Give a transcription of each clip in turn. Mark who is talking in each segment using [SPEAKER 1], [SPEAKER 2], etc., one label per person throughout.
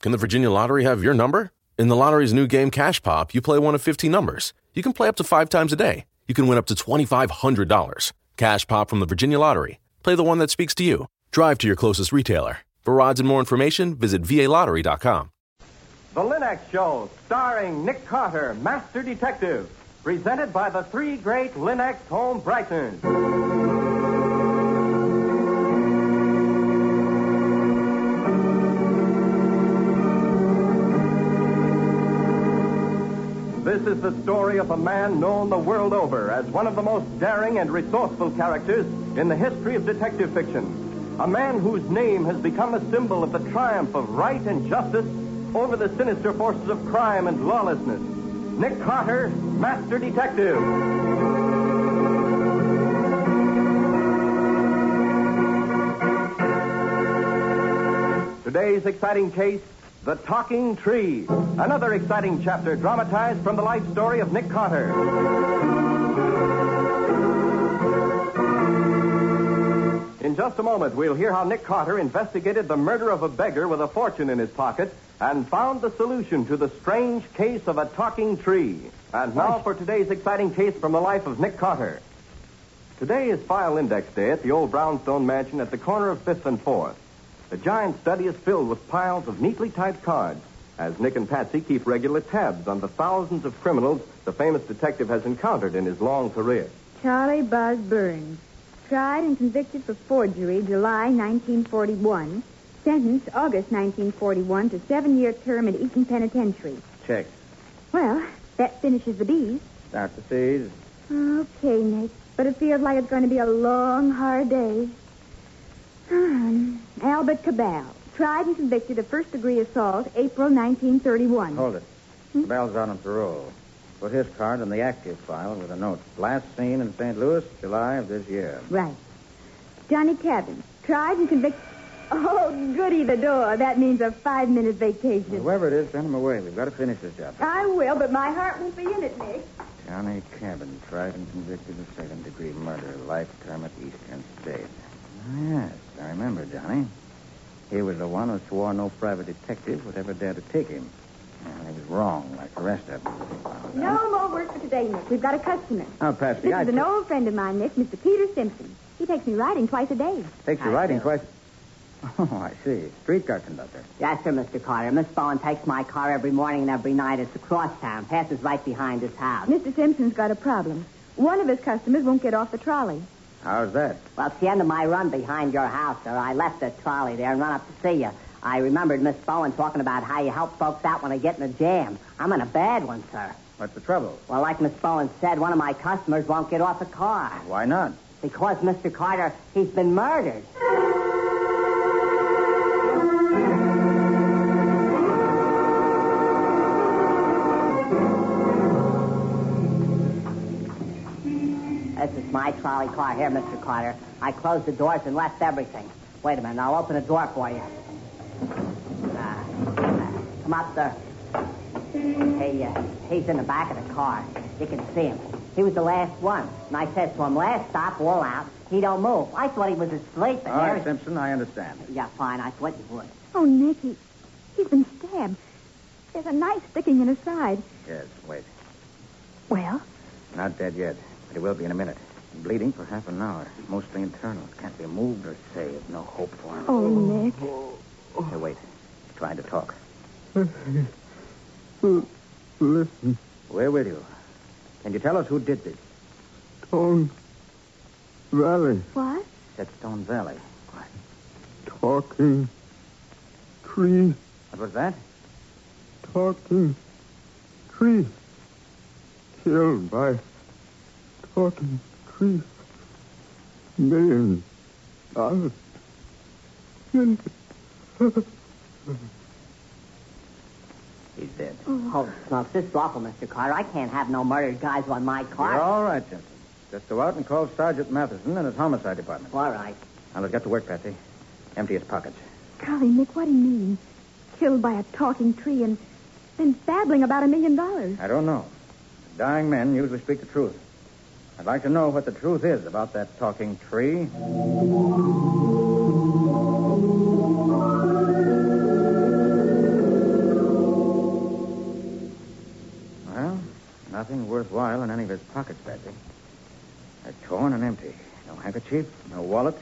[SPEAKER 1] Can the Virginia Lottery have your number? In the lottery's new game, Cash Pop, you play one of 15 numbers. You can play up to five times a day. You can win up to $2,500. Cash Pop from the Virginia Lottery. Play the one that speaks to you. Drive to your closest retailer. For odds and more information, visit VALottery.com.
[SPEAKER 2] The Linux Show, starring Nick Carter, Master Detective, presented by the three great Linux home brightons. This is the story of a man known the world over as one of the most daring and resourceful characters in the history of detective fiction. A man whose name has become a symbol of the triumph of right and justice over the sinister forces of crime and lawlessness. Nick Carter, Master Detective. Today's exciting case The Talking Tree. Another exciting chapter dramatized from the life story of Nick Carter. In just a moment, we'll hear how Nick Carter investigated the murder of a beggar with a fortune in his pocket and found the solution to the strange case of a talking tree. And now for today's exciting case from the life of Nick Carter. Today is File Index Day at the old brownstone mansion at the corner of 5th and 4th. The giant study is filled with piles of neatly typed cards as Nick and Patsy keep regular tabs on the thousands of criminals the famous detective has encountered in his long career.
[SPEAKER 3] Charlie Buzz Burns, tried and convicted for forgery July 1941, sentenced August 1941 to seven-year term at Eaton Penitentiary.
[SPEAKER 2] Check.
[SPEAKER 3] Well, that finishes the B's.
[SPEAKER 2] Start the C's.
[SPEAKER 3] Okay, Nick, but it feels like it's going to be a long, hard day. Hmm. Albert Cabal, tried and convicted of first-degree assault, April 1931.
[SPEAKER 4] Hold it. Bell's out on parole. Put his card in the active file with a note. Last seen in St. Louis, July of this year.
[SPEAKER 3] Right. Johnny Cabin, tried and convicted... Oh, goody the door. That means a five-minute vacation.
[SPEAKER 4] Whoever it is, send him away. We've got to finish this up.
[SPEAKER 3] I will, but my heart won't be in it, Nick.
[SPEAKER 4] Johnny Cabin, tried and convicted of second degree murder, life term at Eastern State. Oh, Yes, I remember Johnny. He was the one who swore no private detective would ever dare to take him. And he was wrong, like the rest of them.
[SPEAKER 3] No more work for today, Nick. We've got a customer.
[SPEAKER 4] Now, Patsy,
[SPEAKER 3] This
[SPEAKER 4] I
[SPEAKER 3] is an old friend of mine, Nick, Mr. Peter Simpson. He takes me riding twice a day.
[SPEAKER 4] takes your writing twice. Oh, I see. Streetcar conductor.
[SPEAKER 5] Yes, sir, Mr. Carter. Miss Bowen takes my car every morning and every night. It's across town. Passes right behind this house.
[SPEAKER 3] Mr. Simpson's got a problem. One of his customers won't get off the trolley.
[SPEAKER 4] How's that?
[SPEAKER 5] Well, it's the end of my run behind your house, sir. I left the trolley there and run up to see you. I remembered Miss Bowen talking about how you help folks out when they get in a jam. I'm in a bad one, sir.
[SPEAKER 4] What's the trouble?
[SPEAKER 5] Well, like Miss Bowen said, one of my customers won't get off the car.
[SPEAKER 4] Why not?
[SPEAKER 5] Because, Mr. Carter, he's been murdered. This is my trolley car here, Mr. Carter. I closed the doors and left everything. Wait a minute, I'll open the door for you. Uh, uh, come up, sir. He, uh, he's in the back of the car. You can see him. He was the last one. And I said to him, last stop, all out. He don't move. I thought he was asleep. And
[SPEAKER 4] All right,
[SPEAKER 5] there-
[SPEAKER 4] Simpson, I understand.
[SPEAKER 5] Yeah, fine. I thought you would.
[SPEAKER 3] Oh, Nick, he, he's been stabbed. There's a knife sticking in his side.
[SPEAKER 4] Yes, wait.
[SPEAKER 3] Well,
[SPEAKER 4] Not dead yet, but he will be in a minute. Bleeding for half an hour, mostly internal. Can't be moved or saved. No hope for him.
[SPEAKER 3] oh, Nick.
[SPEAKER 4] Hey, wait. He's trying to talk.
[SPEAKER 6] Listen,
[SPEAKER 4] Where will you? Can you tell us who did this?
[SPEAKER 6] Tone Valley
[SPEAKER 3] What?
[SPEAKER 4] That's Stone Valley. What?
[SPEAKER 6] talking tree,
[SPEAKER 4] What was that?
[SPEAKER 6] talking tree. Killed by talking tree. Million dollars. Million.
[SPEAKER 4] He's dead.
[SPEAKER 5] Holy smokes, Oh, this is awful, Mr. Carter. I can't have no murdered guys on my car.
[SPEAKER 4] You're all right, Jensen. Just go out and call Sergeant Matheson in his homicide department.
[SPEAKER 5] All right.
[SPEAKER 4] Now, let's get to work, Patsy. Empty his pockets.
[SPEAKER 3] Golly, Nick, what do you mean? Killed by a talking tree and then babbling about a million dollars.
[SPEAKER 4] I don't know. Dying men usually speak the truth. I'd like to know what the truth is about that talking tree. Well, nothing worthwhile in any of his pockets, Patsy. They're torn and empty. No handkerchief, no wallet.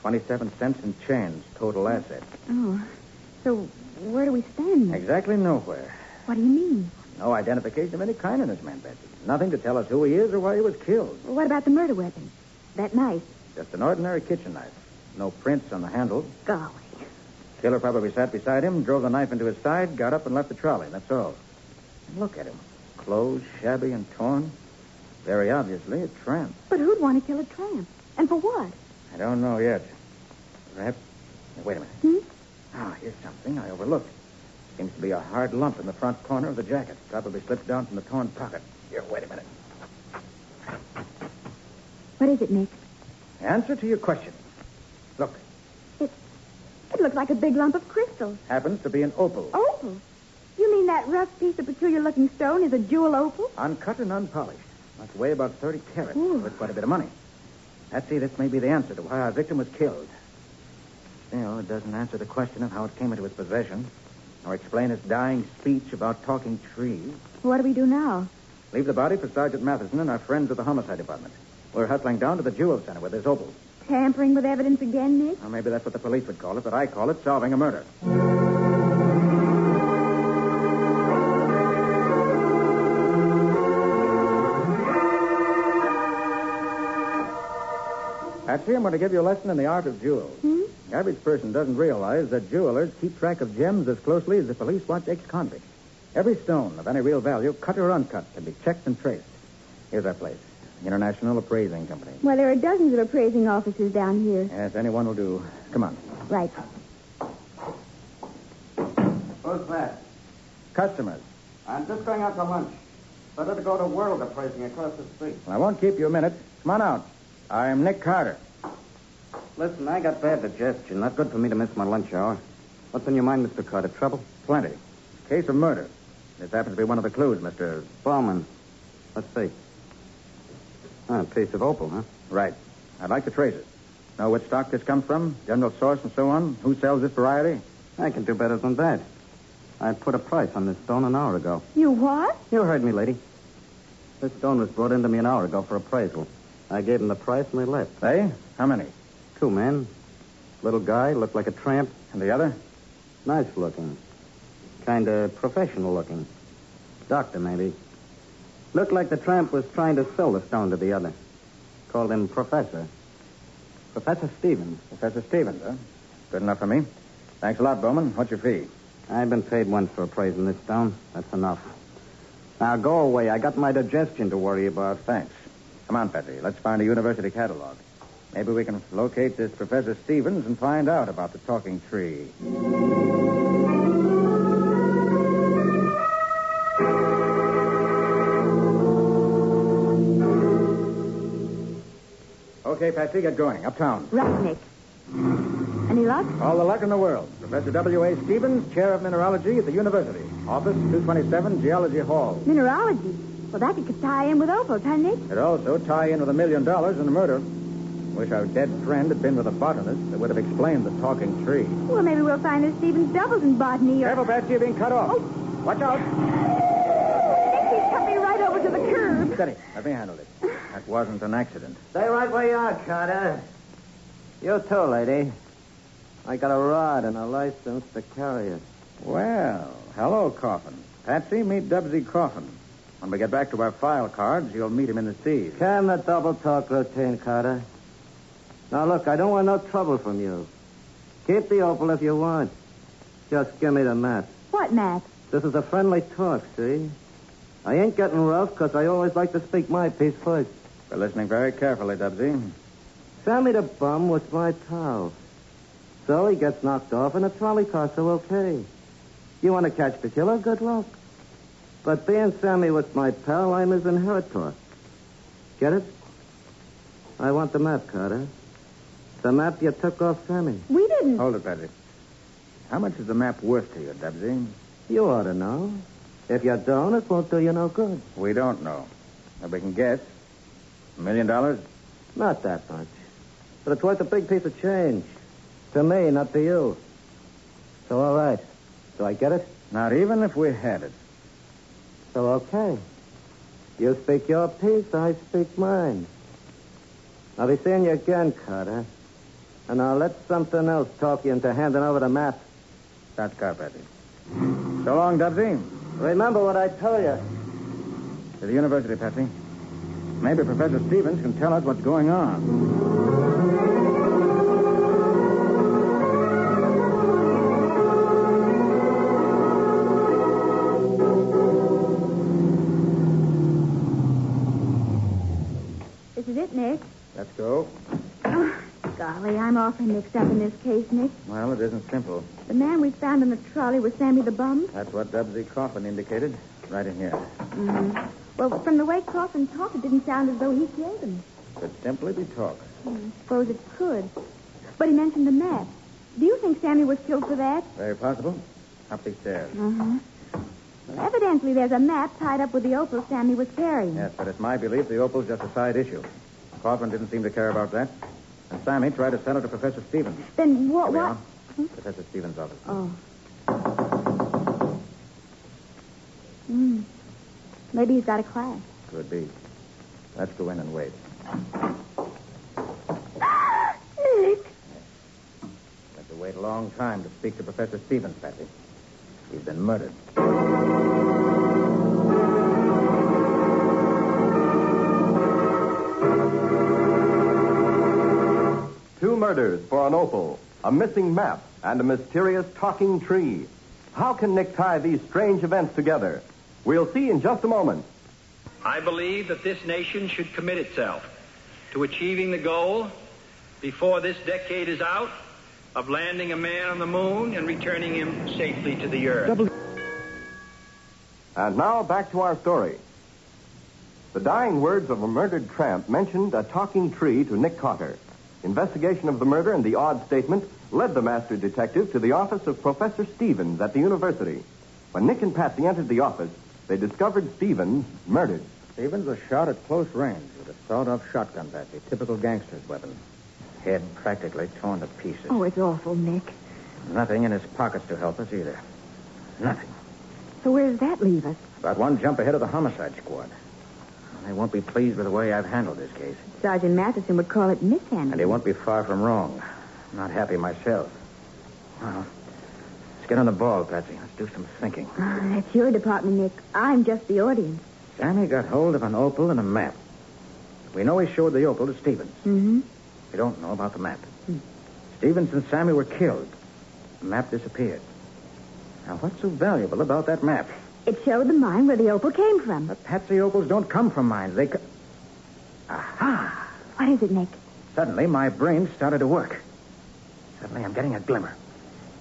[SPEAKER 4] 27 cents in change, total asset.
[SPEAKER 3] Oh. So where do we stand? Nick?
[SPEAKER 4] Exactly nowhere.
[SPEAKER 3] What do you mean?
[SPEAKER 4] No identification of any kind in this man, Patsy. Nothing to tell us who he is or why he was killed.
[SPEAKER 3] What about the murder weapon? That knife?
[SPEAKER 4] Just an ordinary kitchen knife. No prints on the handle.
[SPEAKER 3] Golly.
[SPEAKER 4] Killer probably sat beside him, drove the knife into his side, got up and left the trolley. That's all. And look at him. Clothes shabby and torn. Very obviously a tramp.
[SPEAKER 3] But who'd want to kill a tramp? And for what?
[SPEAKER 4] I don't know yet. Perhaps. Wait a minute.
[SPEAKER 3] Hmm?
[SPEAKER 4] Ah, here's something I overlooked. Seems to be a hard lump in the front corner of the jacket. Probably slipped down from the torn pocket. Here, wait a minute.
[SPEAKER 3] What is it, Nick?
[SPEAKER 4] Answer to your question. Look,
[SPEAKER 3] It, it looks like a big lump of crystal.
[SPEAKER 4] happens to be an opal.
[SPEAKER 3] Opal? You mean that rough piece of peculiar looking stone is a jewel opal?
[SPEAKER 4] Uncut and unpolished. Must weigh about 30 carats.
[SPEAKER 3] Ooh.
[SPEAKER 4] Worth quite a bit of money. Patsy, this may be the answer to why our victim was killed. Still, it doesn't answer the question of how it came into his possession, or explain his dying speech about talking trees.
[SPEAKER 3] What do we do now?
[SPEAKER 4] Leave the body for Sergeant Matheson and our friends at the homicide department. We're hustling down to the Jewel Center with this opal.
[SPEAKER 3] Tampering with evidence again, Nick?
[SPEAKER 4] Now, maybe that's what the police would call it, but I call it solving a murder. Patsy, I'm going to give you a lesson in the art of jewels.
[SPEAKER 3] Hmm?
[SPEAKER 4] The average person doesn't realize that jewelers keep track of gems as closely as the police watch ex-convicts. Every stone of any real value, cut or uncut, can be checked and traced. Here's our place, the International Appraising Company.
[SPEAKER 3] Well, there are dozens of appraising offices down here.
[SPEAKER 4] Yes, anyone will do. Come on.
[SPEAKER 3] Right.
[SPEAKER 2] Who's that?
[SPEAKER 4] Customers.
[SPEAKER 2] I'm just going out to lunch. Better to go to World Appraising across the street.
[SPEAKER 4] Well, I won't keep you a minute. Come on out. I'm Nick Carter.
[SPEAKER 2] Listen, I got bad digestion. Not good for me to miss my lunch hour. What's on your mind, Mr. Carter? Trouble?
[SPEAKER 4] Plenty. Case of murder. This happens to be one of the clues, Mr.
[SPEAKER 2] Bowman. Let's see. Ah, a piece of opal, huh?
[SPEAKER 4] Right. I'd like to trace it. Know which stock this comes from, general source, and so on. Who sells this variety?
[SPEAKER 2] I can do better than that. I put a price on this stone an hour ago.
[SPEAKER 3] You what?
[SPEAKER 2] You heard me, lady. This stone was brought in to me an hour ago for appraisal. I gave him the price and they left.
[SPEAKER 4] They? How many?
[SPEAKER 2] Two men. Little guy, looked like a tramp.
[SPEAKER 4] And the other?
[SPEAKER 2] Nice looking. Kind of professional looking. Doctor, maybe. Looked like the tramp was trying to sell the stone to the other. Called him Professor. Professor Stevens.
[SPEAKER 4] Professor Stevens, huh? Good enough for me. Thanks a lot, Bowman. What's your fee?
[SPEAKER 2] I've been paid once for appraising this stone. That's enough. Now go away. I got my digestion to worry about.
[SPEAKER 4] Thanks. Come on, Patsy. Let's find a university catalog. Maybe we can locate this Professor Stevens and find out about the talking tree. Okay, Patsy, get going. Uptown.
[SPEAKER 3] Right, Nick. Any luck?
[SPEAKER 4] All the luck in the world. Professor W.A. Stevens, Chair of Mineralogy at the University. Office 227, Geology Hall.
[SPEAKER 3] Mineralogy. Well, that could tie in with opals, huh, Nick?
[SPEAKER 4] It also tie in with a million dollars and the murder. Wish our dead friend had been with a botanist that would have explained the talking tree.
[SPEAKER 3] Well, maybe we'll find this Stevens doubles in botany or...
[SPEAKER 4] Careful, Betsy, you're being cut off. Watch out.
[SPEAKER 3] Nick, he cut me right over to the curb.
[SPEAKER 4] Steady. Let me handle it. That wasn't an accident.
[SPEAKER 2] Stay right where you are, Carter. You too, lady. I got a rod and a license to carry it.
[SPEAKER 4] Well, hello, Coffin. Patsy, meet Dubsy Coffin. When we get back to our file cards, you'll meet him in the seas.
[SPEAKER 2] Can the double talk routine, Carter. Now look, I don't want no trouble from you. Keep the opal if you want. Just give me the map.
[SPEAKER 3] What, Matt?
[SPEAKER 2] This is a friendly talk, see? I ain't getting rough 'cause I always like to speak my piece first.
[SPEAKER 4] We're listening very carefully, Dubsy.
[SPEAKER 2] Sammy the bum was my pal. So he gets knocked off in a trolley car, so okay. You want to catch Priscilla? Good luck. But being Sammy was my pal, I'm his inheritor. Get it? I want the map, Carter. The map you took off Sammy.
[SPEAKER 3] We
[SPEAKER 2] Mm.
[SPEAKER 3] didn't.
[SPEAKER 4] Hold it, Patrick. How much is the map worth to you, Dubsy?
[SPEAKER 2] You ought to know. If you don't, it won't do you no good.
[SPEAKER 4] We don't know. But we can guess. A million dollars?
[SPEAKER 2] Not that much. But it's worth a big piece of change. To me, not to you. So, all right. Do I get it?
[SPEAKER 4] Not even if we had it.
[SPEAKER 2] So, okay. You speak your piece, I speak mine. I'll be seeing you again, Carter. And I'll let something else talk you into handing over the map.
[SPEAKER 4] That car, Patrick. So long, Dubsy.
[SPEAKER 2] Remember what I told you.
[SPEAKER 4] To the university, Patsy. Maybe Professor Stevens can tell us what's going on.
[SPEAKER 3] This is it, Nick.
[SPEAKER 4] Let's go.
[SPEAKER 3] Oh, golly, I'm awfully mixed up in this case, Nick.
[SPEAKER 4] Well, it isn't simple.
[SPEAKER 3] The man we found in the trolley was Sammy the Bum.
[SPEAKER 4] That's what Dubsy Coffin indicated. Right in here.
[SPEAKER 3] Well, from the way Coffin talked, it didn't sound as though he killed him.
[SPEAKER 4] Could simply be talk.
[SPEAKER 3] I suppose it could. But he mentioned the map. Do you think Sammy was killed for that?
[SPEAKER 4] Very possible. Up these stairs.
[SPEAKER 3] Uh-huh. Well, evidently there's a map tied up with the opal Sammy was carrying.
[SPEAKER 4] Yes, but it's my belief the opal's just a side issue. Coffin didn't seem to care about that. And Sammy tried to sell it to Professor Stevens.
[SPEAKER 3] Then what?
[SPEAKER 4] Here we
[SPEAKER 3] What?
[SPEAKER 4] are. Professor Stevens' office.
[SPEAKER 3] Oh. Hmm. Maybe he's got a class.
[SPEAKER 4] Could be. Let's go in and wait.
[SPEAKER 3] Nick.
[SPEAKER 4] We have to wait a long time to speak to Professor Stevens, Patsy. He's been murdered.
[SPEAKER 2] Two murders for an opal, a missing map, and a mysterious talking tree. How can Nick tie these strange events together? We'll see in just a moment.
[SPEAKER 7] I believe that this nation should commit itself to achieving the goal before this decade is out of landing a man on the moon and returning him safely to the earth.
[SPEAKER 2] And now back to our story. The dying words of a murdered tramp mentioned a talking tree to Nick Carter. Investigation of the murder and the odd statement led the master detective to the office of Professor Stevens at the university. When Nick and Patsy entered the office, they discovered Stevens murdered.
[SPEAKER 4] Stevens was shot at close range with a sawed-off shotgun, Patsy. Typical gangster's weapon. Head practically torn to pieces.
[SPEAKER 3] Oh, it's awful, Nick.
[SPEAKER 4] Nothing in his pockets to help us either. Nothing.
[SPEAKER 3] So where does that leave us?
[SPEAKER 4] About one jump ahead of the homicide squad. They won't be pleased with the way I've handled this case.
[SPEAKER 3] Sergeant Matheson would call it
[SPEAKER 4] And
[SPEAKER 3] mishandling.
[SPEAKER 4] he won't be far from wrong. I'm not happy myself. Well, let's get on the ball, Patsy. Let's do some thinking.
[SPEAKER 3] Ah, that's your department, Nick. I'm just the audience.
[SPEAKER 4] Sammy got hold of an opal and a map. We know he showed the opal to Stevens.
[SPEAKER 3] Mm-hmm.
[SPEAKER 4] We don't know about the map. Stevens and Sammy were killed. The map disappeared. Now, what's so valuable about that map?
[SPEAKER 3] It showed the mine where the opal came from.
[SPEAKER 4] But Patsy opals don't come from mines. They. Co- Aha!
[SPEAKER 3] What is it, Nick?
[SPEAKER 4] Suddenly, my brain started to work. Suddenly, I'm getting a glimmer.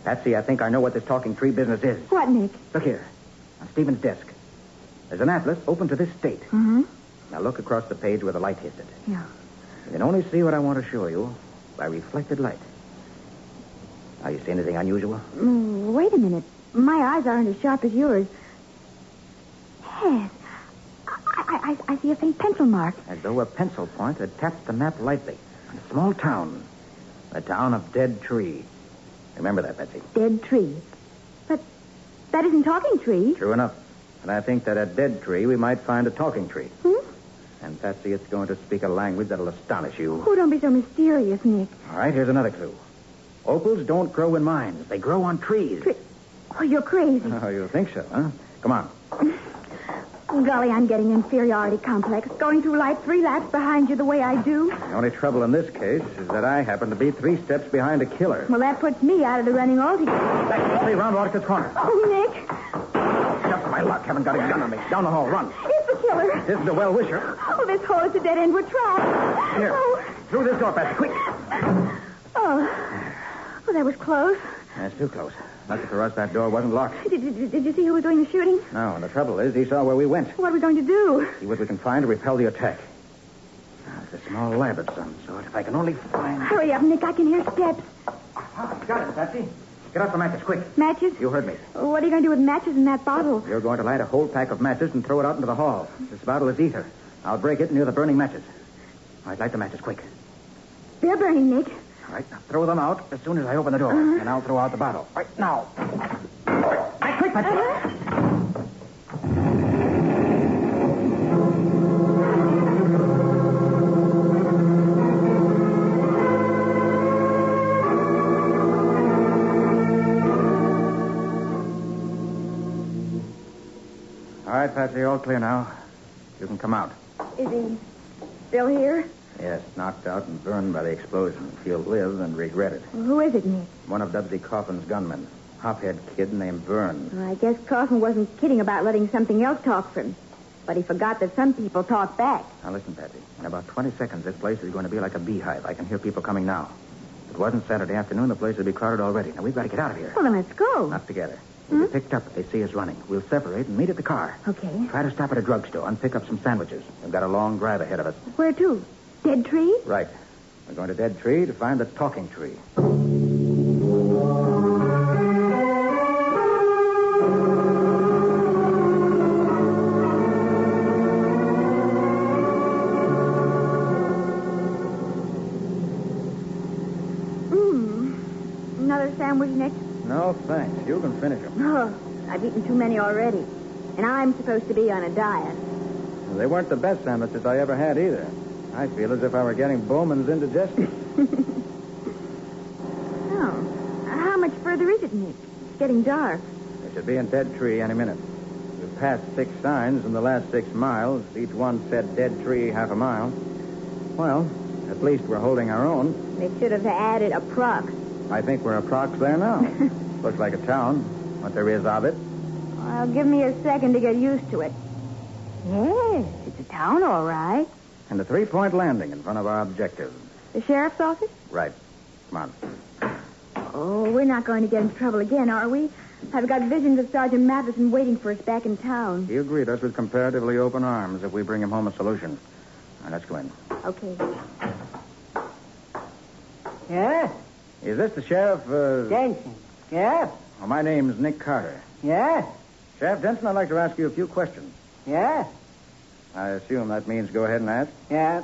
[SPEAKER 4] Patsy, I think I know what this talking tree business is.
[SPEAKER 3] What, Nick?
[SPEAKER 4] Look here. On Stephen's desk. There's an atlas open to this state.
[SPEAKER 3] Mm-hmm.
[SPEAKER 4] Now look across the page where the light hits it.
[SPEAKER 3] Yeah.
[SPEAKER 4] You can only see what I want to show you by reflected light. Now, you see anything unusual?
[SPEAKER 3] Mm, wait a minute. My eyes aren't as sharp as yours. Yes. I, I, I, I see a faint pencil mark.
[SPEAKER 4] As though a pencil point had tapped the map lightly. A small town. The town of Dead Tree. Remember that, Betsy.
[SPEAKER 3] Dead tree. But that isn't talking tree.
[SPEAKER 4] True enough. And I think that at Dead Tree, we might find a talking tree.
[SPEAKER 3] Hmm?
[SPEAKER 4] And, Patsy, it's going to speak a language that'll astonish you.
[SPEAKER 3] Oh, don't be so mysterious, Nick.
[SPEAKER 4] All right, here's another clue. Opals don't grow in mines. They grow on trees.
[SPEAKER 3] Tre- Oh, you're crazy.
[SPEAKER 4] Oh, you think so, huh? Come on.
[SPEAKER 3] Golly, I'm getting inferiority complex. Going through life three laps behind you the way I do.
[SPEAKER 4] The only trouble in this case is that I happen to be three steps behind a killer.
[SPEAKER 3] Well, that puts me out of the running altogether.
[SPEAKER 4] Back, three round Watkins Corner.
[SPEAKER 3] Oh, Nick,
[SPEAKER 4] Just for my luck, haven't got a gun on me. Down the hall, run.
[SPEAKER 3] it's the killer.
[SPEAKER 4] This is a well-wisher.
[SPEAKER 3] Oh, this hole is a dead end. We're trapped.
[SPEAKER 4] Here,
[SPEAKER 3] Oh,
[SPEAKER 4] through this door, Patsy, quick.
[SPEAKER 3] oh. Oh, that was close.
[SPEAKER 4] That's too close. Nothing for us. That door wasn't locked.
[SPEAKER 3] Did, did, did you see who was doing the shooting?
[SPEAKER 4] No, and the trouble is, he saw where we went.
[SPEAKER 3] What are we going to do?
[SPEAKER 4] See what we can find to repel the attack. Now, There's Ah, a small lab of some sort. If I can only find.
[SPEAKER 3] Hurry up, Nick. I can hear steps.
[SPEAKER 4] Ah, got it, Patsy. Get out the matches, quick.
[SPEAKER 3] Matches?
[SPEAKER 4] You heard me.
[SPEAKER 3] What are you going to do with matches in that bottle?
[SPEAKER 4] You're going to light a whole pack of matches and throw it out into the hall. This bottle is ether. I'll break it near the burning matches. All right, light the matches, quick.
[SPEAKER 3] They're burning, Nick.
[SPEAKER 4] All right, now throw them out as soon as I open the door, and I'll throw out the bottle. Right now. Right, quick, Patsy. All right, Patsy, all clear now. You can come out.
[SPEAKER 3] Is he still here?
[SPEAKER 4] Yes, knocked out and burned by the explosion. He'll live and regret it.
[SPEAKER 3] Who is it, Nick?
[SPEAKER 4] One of Dubsy Coffin's gunmen, hophead kid named Byrne.
[SPEAKER 3] Well, I guess Coffin wasn't kidding about letting something else talk for him. But he forgot that some people talk back.
[SPEAKER 4] Now listen, Patsy. In about 20 seconds, this place is going to be like a beehive. I can hear people coming now. If it wasn't Saturday afternoon, the place would be crowded already. Now we've got to get out of here.
[SPEAKER 3] Well, then let's go.
[SPEAKER 4] Not together. We'll be picked up if they see us running. We'll separate and meet at the car.
[SPEAKER 3] Okay.
[SPEAKER 4] Try to stop at a drugstore and pick up some sandwiches. We've got a long drive ahead of us.
[SPEAKER 3] Where to? Dead tree?
[SPEAKER 4] Right. We're going to Dead Tree to find the talking tree.
[SPEAKER 3] Hmm. Another sandwich, Nick?
[SPEAKER 4] No, thanks. You can finish them.
[SPEAKER 3] Oh, I've eaten too many already. And I'm supposed to be on a diet.
[SPEAKER 4] They weren't the best sandwiches I ever had either. I feel as if I were getting Bowman's indigestion.
[SPEAKER 3] Oh. How much further is it, Nick? It's getting dark.
[SPEAKER 4] we should be in Dead Tree any minute. We've passed six signs in the last six miles. Each one said Dead Tree half a mile. Well, at least we're holding our own.
[SPEAKER 3] They should have added a prox.
[SPEAKER 4] I think we're approx there now. Looks like a town, what there is of it.
[SPEAKER 3] Well, give me a second to get used to it. Yes, it's a town, all right.
[SPEAKER 4] And a three-point landing in front of our objective.
[SPEAKER 3] The sheriff's office?
[SPEAKER 4] Right. Come on.
[SPEAKER 3] Oh, we're not going to get into trouble again, are we? I've got visions of Sergeant Matheson waiting for us back in town.
[SPEAKER 4] He'll greet us with comparatively open arms if we bring him home a solution. Now, let's go in.
[SPEAKER 3] Okay.
[SPEAKER 8] Yes,
[SPEAKER 4] Is this the sheriff? Uh...
[SPEAKER 8] Jensen. Yes,
[SPEAKER 4] Well, my name's Nick Carter.
[SPEAKER 8] yes,
[SPEAKER 4] Sheriff Denson, I'd like to ask you a few questions.
[SPEAKER 8] yes,
[SPEAKER 4] I assume that means go ahead and ask.
[SPEAKER 8] yes,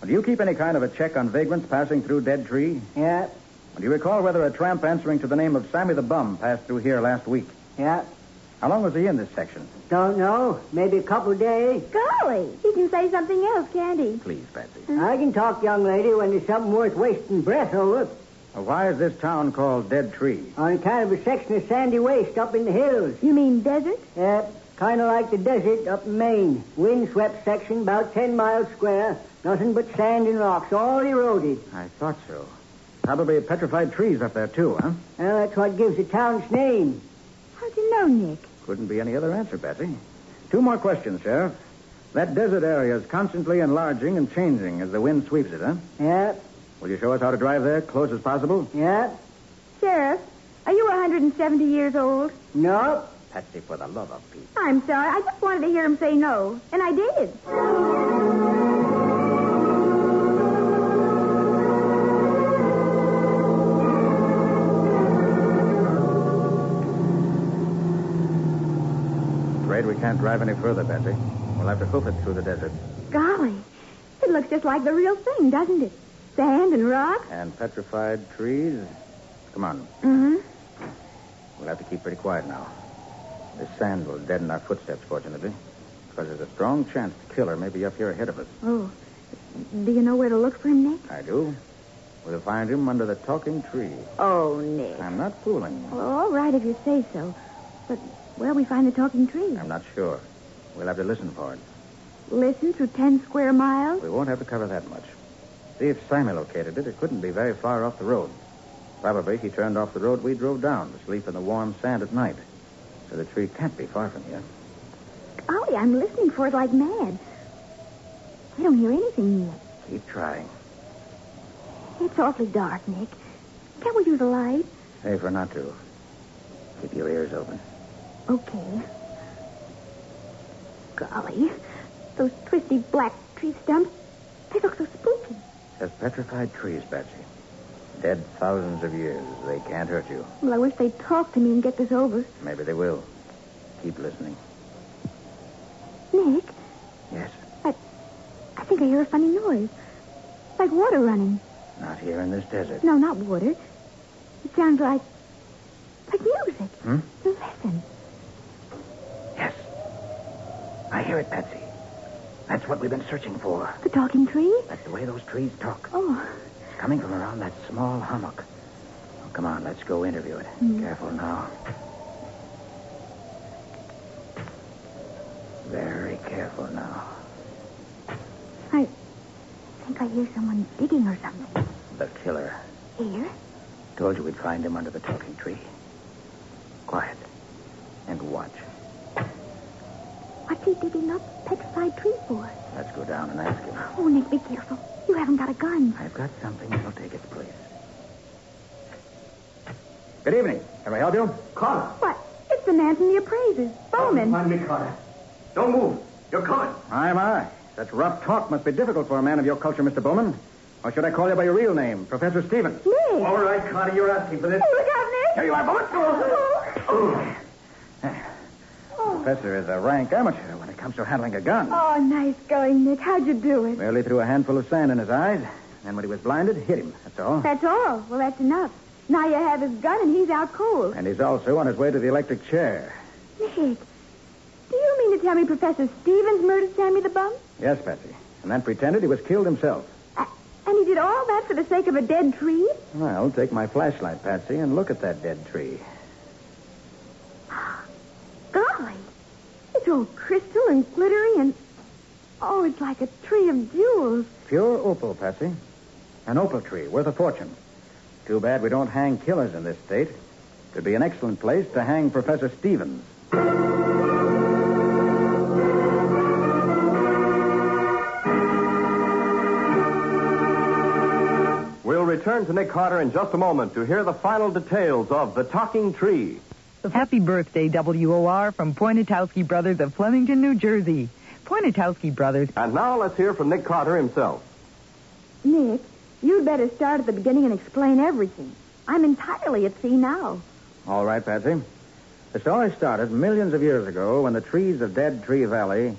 [SPEAKER 4] Well, do you keep any kind of a check on vagrants passing through Dead Tree?
[SPEAKER 8] yes,
[SPEAKER 4] Well, do you recall whether a tramp answering to the name of Sammy the Bum passed through here last week?
[SPEAKER 8] yes.
[SPEAKER 4] How long was he in this section?
[SPEAKER 8] Don't know. Maybe a couple days.
[SPEAKER 3] Golly, he can say something else, can't he?
[SPEAKER 4] Please, Patsy.
[SPEAKER 8] I can talk, young lady, when there's something Mm, worth wasting breath over.
[SPEAKER 4] Well, why is this town called Dead Tree?
[SPEAKER 8] On account of a section of sandy waste up in the hills.
[SPEAKER 3] You mean desert?
[SPEAKER 8] Yep. Kind of like the desert up in Maine. Windswept section, about 10 miles square. Nothing but sand and rocks, all eroded.
[SPEAKER 4] I thought so. Probably petrified trees up there, too, huh?
[SPEAKER 8] Well, that's what gives the town its name.
[SPEAKER 3] How'd you know, Nick?
[SPEAKER 4] Couldn't be any other answer, Patsy. Two more questions, Sheriff. That desert area is constantly enlarging and changing as the wind sweeps it, huh?
[SPEAKER 8] Yep,
[SPEAKER 4] Will you show us how to drive there, close as possible?
[SPEAKER 8] yep.
[SPEAKER 3] Sheriff, are you 170 years old?
[SPEAKER 8] Nope.
[SPEAKER 4] Patsy, for the love of Pete.
[SPEAKER 3] I'm sorry. I just wanted to hear him say no, and I did.
[SPEAKER 4] Afraid we can't drive any further, Patsy. We'll have to hoof it through the desert.
[SPEAKER 3] Golly, it looks just like the real thing, doesn't it? Sand and rock.
[SPEAKER 4] And petrified trees. Come on.
[SPEAKER 3] Mm-hmm.
[SPEAKER 4] We'll have to keep pretty quiet now. This sand will deaden our footsteps, fortunately. Because there's a strong chance the killer may be up here ahead of us.
[SPEAKER 3] Oh, do you know where to look for him, Nick?
[SPEAKER 4] I do. We'll find him under the talking tree.
[SPEAKER 3] Oh, Nick.
[SPEAKER 4] I'm not fooling.
[SPEAKER 3] Well, all right if you say so. But where we find the talking tree?
[SPEAKER 4] I'm not sure. We'll have to listen for it.
[SPEAKER 3] Listen through ten square miles.
[SPEAKER 4] We won't have to cover that much. See if Sammy located it. It couldn't be very far off the road. Probably he turned off the road we drove down to sleep in the warm sand at night. So the tree can't be far from here.
[SPEAKER 3] Golly, I'm listening for it like mad. I don't hear anything yet.
[SPEAKER 4] Keep trying.
[SPEAKER 3] It's awfully dark, Nick. Can't we use a light?
[SPEAKER 4] Safer not to. Keep your ears open.
[SPEAKER 3] Oh, Okay. Golly, those twisty black tree stumps, they look so spooky.
[SPEAKER 4] They're petrified trees, Betsy. Dead thousands of years. They can't hurt you.
[SPEAKER 3] Well, I wish they'd talk to me and get this over.
[SPEAKER 4] Maybe they will. Keep listening.
[SPEAKER 3] Nick,
[SPEAKER 4] Yes,
[SPEAKER 3] I think I hear a funny noise. Like water running.
[SPEAKER 4] not here in this desert.
[SPEAKER 3] No, not water. It sounds like. like music.
[SPEAKER 4] Hmm?
[SPEAKER 3] Listen.
[SPEAKER 4] Yes. I hear it, Patsy. That's what we've been searching for.
[SPEAKER 3] The talking tree?
[SPEAKER 4] That's the way those trees talk.
[SPEAKER 3] Oh,
[SPEAKER 4] It's coming from around that small hummock. Oh, come on, let's go interview it.
[SPEAKER 3] Hmm.
[SPEAKER 4] Careful now. Very careful now.
[SPEAKER 3] I think I hear someone digging or something.
[SPEAKER 4] The killer.
[SPEAKER 3] Here?
[SPEAKER 4] Told you we'd find him under the talking tree. Quiet. And watch.
[SPEAKER 3] What's he digging up petrified tree for?
[SPEAKER 4] Let's go down and ask him.
[SPEAKER 3] Oh, Nick, be careful. You haven't got a gun.
[SPEAKER 4] I've got something that'll take its place. Good evening. Can I help you?
[SPEAKER 2] Carter.
[SPEAKER 3] What? It's the man from the appraisers, Bowman.
[SPEAKER 2] Find me, Carter. Don't move. You're coming.
[SPEAKER 4] Aye, my. Such rough talk must be difficult for a man of your culture, Mr. Bowman. Or should I call you by your real name, Professor Stevens?
[SPEAKER 3] Nick!
[SPEAKER 2] All right, Carter, you're asking for this.
[SPEAKER 3] Oh, look out, Nick!
[SPEAKER 2] Here you are, Bowman. Oh.
[SPEAKER 4] Professor is a rank amateur when it comes to handling a gun.
[SPEAKER 3] Oh, nice going, Nick. How'd you do it?
[SPEAKER 4] Merely threw a handful of sand in his eyes, and when he was blinded, hit him. That's all.
[SPEAKER 3] That's all. Well, that's enough. Now you have his gun and he's out cold.
[SPEAKER 4] And he's also on his way to the electric chair.
[SPEAKER 3] Nick, do you mean to tell me Professor Stevens murdered Sammy the Bum?
[SPEAKER 4] Yes, Patsy. And then pretended he was killed himself.
[SPEAKER 3] A- And he did all that for the sake of a dead tree?
[SPEAKER 4] Well, take my flashlight, Patsy, and look at that dead tree.
[SPEAKER 3] Golly. It's all crystal and glittery and. Oh, it's like a tree of jewels.
[SPEAKER 4] Pure opal, Patsy. An opal tree worth a fortune. Too bad we don't hang killers in this state. It'd be an excellent place to hang Professor Stevens.
[SPEAKER 2] We'll return to Nick Carter in just a moment to hear the final details of The Talking Tree.
[SPEAKER 9] Happy birthday, WOR, from Poinatowski Brothers of Flemington, New Jersey. Poinatowski Brothers.
[SPEAKER 2] And now let's hear from Nick Carter himself.
[SPEAKER 3] Nick, you'd better start at the beginning and explain everything. I'm entirely at sea now.
[SPEAKER 4] All right, Patsy. The story started millions of years ago when the trees of Dead Tree Valley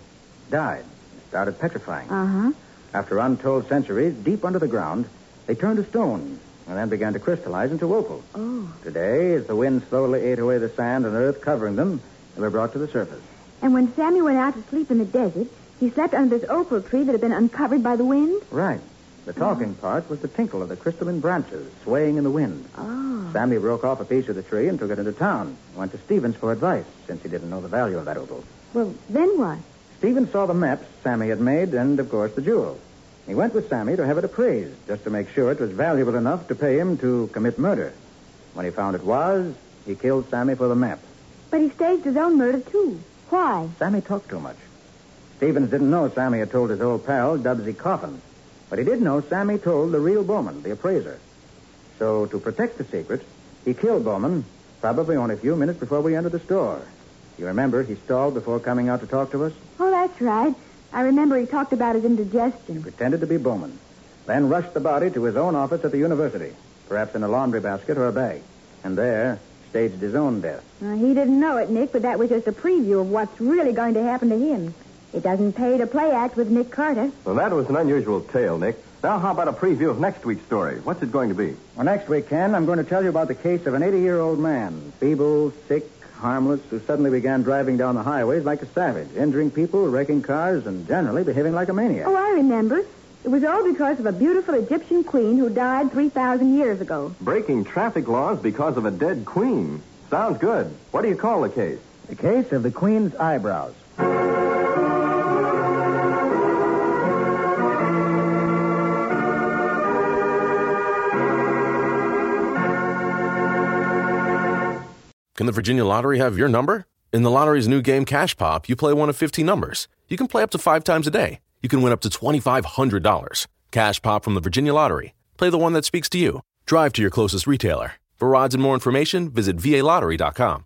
[SPEAKER 4] died. It started petrifying.
[SPEAKER 3] Uh huh.
[SPEAKER 4] After untold centuries, deep under the ground, they turned to stone and then began to crystallize into opal.
[SPEAKER 3] Oh.
[SPEAKER 4] Today, as the wind slowly ate away the sand and earth covering them, they were brought to the surface.
[SPEAKER 3] And when Sammy went out to sleep in the desert, he slept under this opal tree that had been uncovered by the wind?
[SPEAKER 4] Right. The talking part was the tinkle of the crystalline branches swaying in the wind.
[SPEAKER 3] Oh.
[SPEAKER 4] Sammy broke off a piece of the tree and took it into town. Went to Stevens for advice, since he didn't know the value of that opal.
[SPEAKER 3] Well, then what?
[SPEAKER 4] Stevens saw the maps Sammy had made and, of course, the jewel. He went with Sammy to have it appraised, just to make sure it was valuable enough to pay him to commit murder. When he found it was, he killed Sammy for the map.
[SPEAKER 3] But he staged his own murder, too. Why?
[SPEAKER 4] Sammy talked too much. Stevens didn't know Sammy had told his old pal, Dubsy Coffin, but he did know Sammy told the real Bowman, the appraiser. So, to protect the secret, he killed Bowman probably only a few minutes before we entered the store. You remember he stalled before coming out to talk to us?
[SPEAKER 3] Oh, that's right. I remember he talked about his indigestion.
[SPEAKER 4] Pretended to be Bowman, then rushed the body to his own office at the university, perhaps in a laundry basket or a bag, and there staged his own death.
[SPEAKER 3] Uh, he didn't know it, Nick, but that was just a preview of what's really going to happen to him. It doesn't pay to play act with Nick Carter.
[SPEAKER 2] Well, that was an unusual tale, Nick. Now, how about a preview of next week's story? What's it going to be?
[SPEAKER 4] Well, next week, Ken, I'm going to tell you about the case of an 80 year old man, feeble, sick, harmless, who suddenly began driving down the highways like a savage, injuring people, wrecking cars, and generally behaving like a maniac.
[SPEAKER 3] Oh, I remember. It was all because of a beautiful Egyptian queen who died 3,000 years ago.
[SPEAKER 2] Breaking traffic laws because of a dead queen. Sounds good. What do you call the case?
[SPEAKER 4] The case of the Queen's eyebrows.
[SPEAKER 1] Can the Virginia Lottery have your number? In the lottery's new game, Cash Pop, you play one of 15 numbers. You can play up to five times a day. You can win up to $2,500. Cash Pop from the Virginia Lottery. Play the one that speaks to you. Drive to your closest retailer. For odds and more information, visit VALottery.com.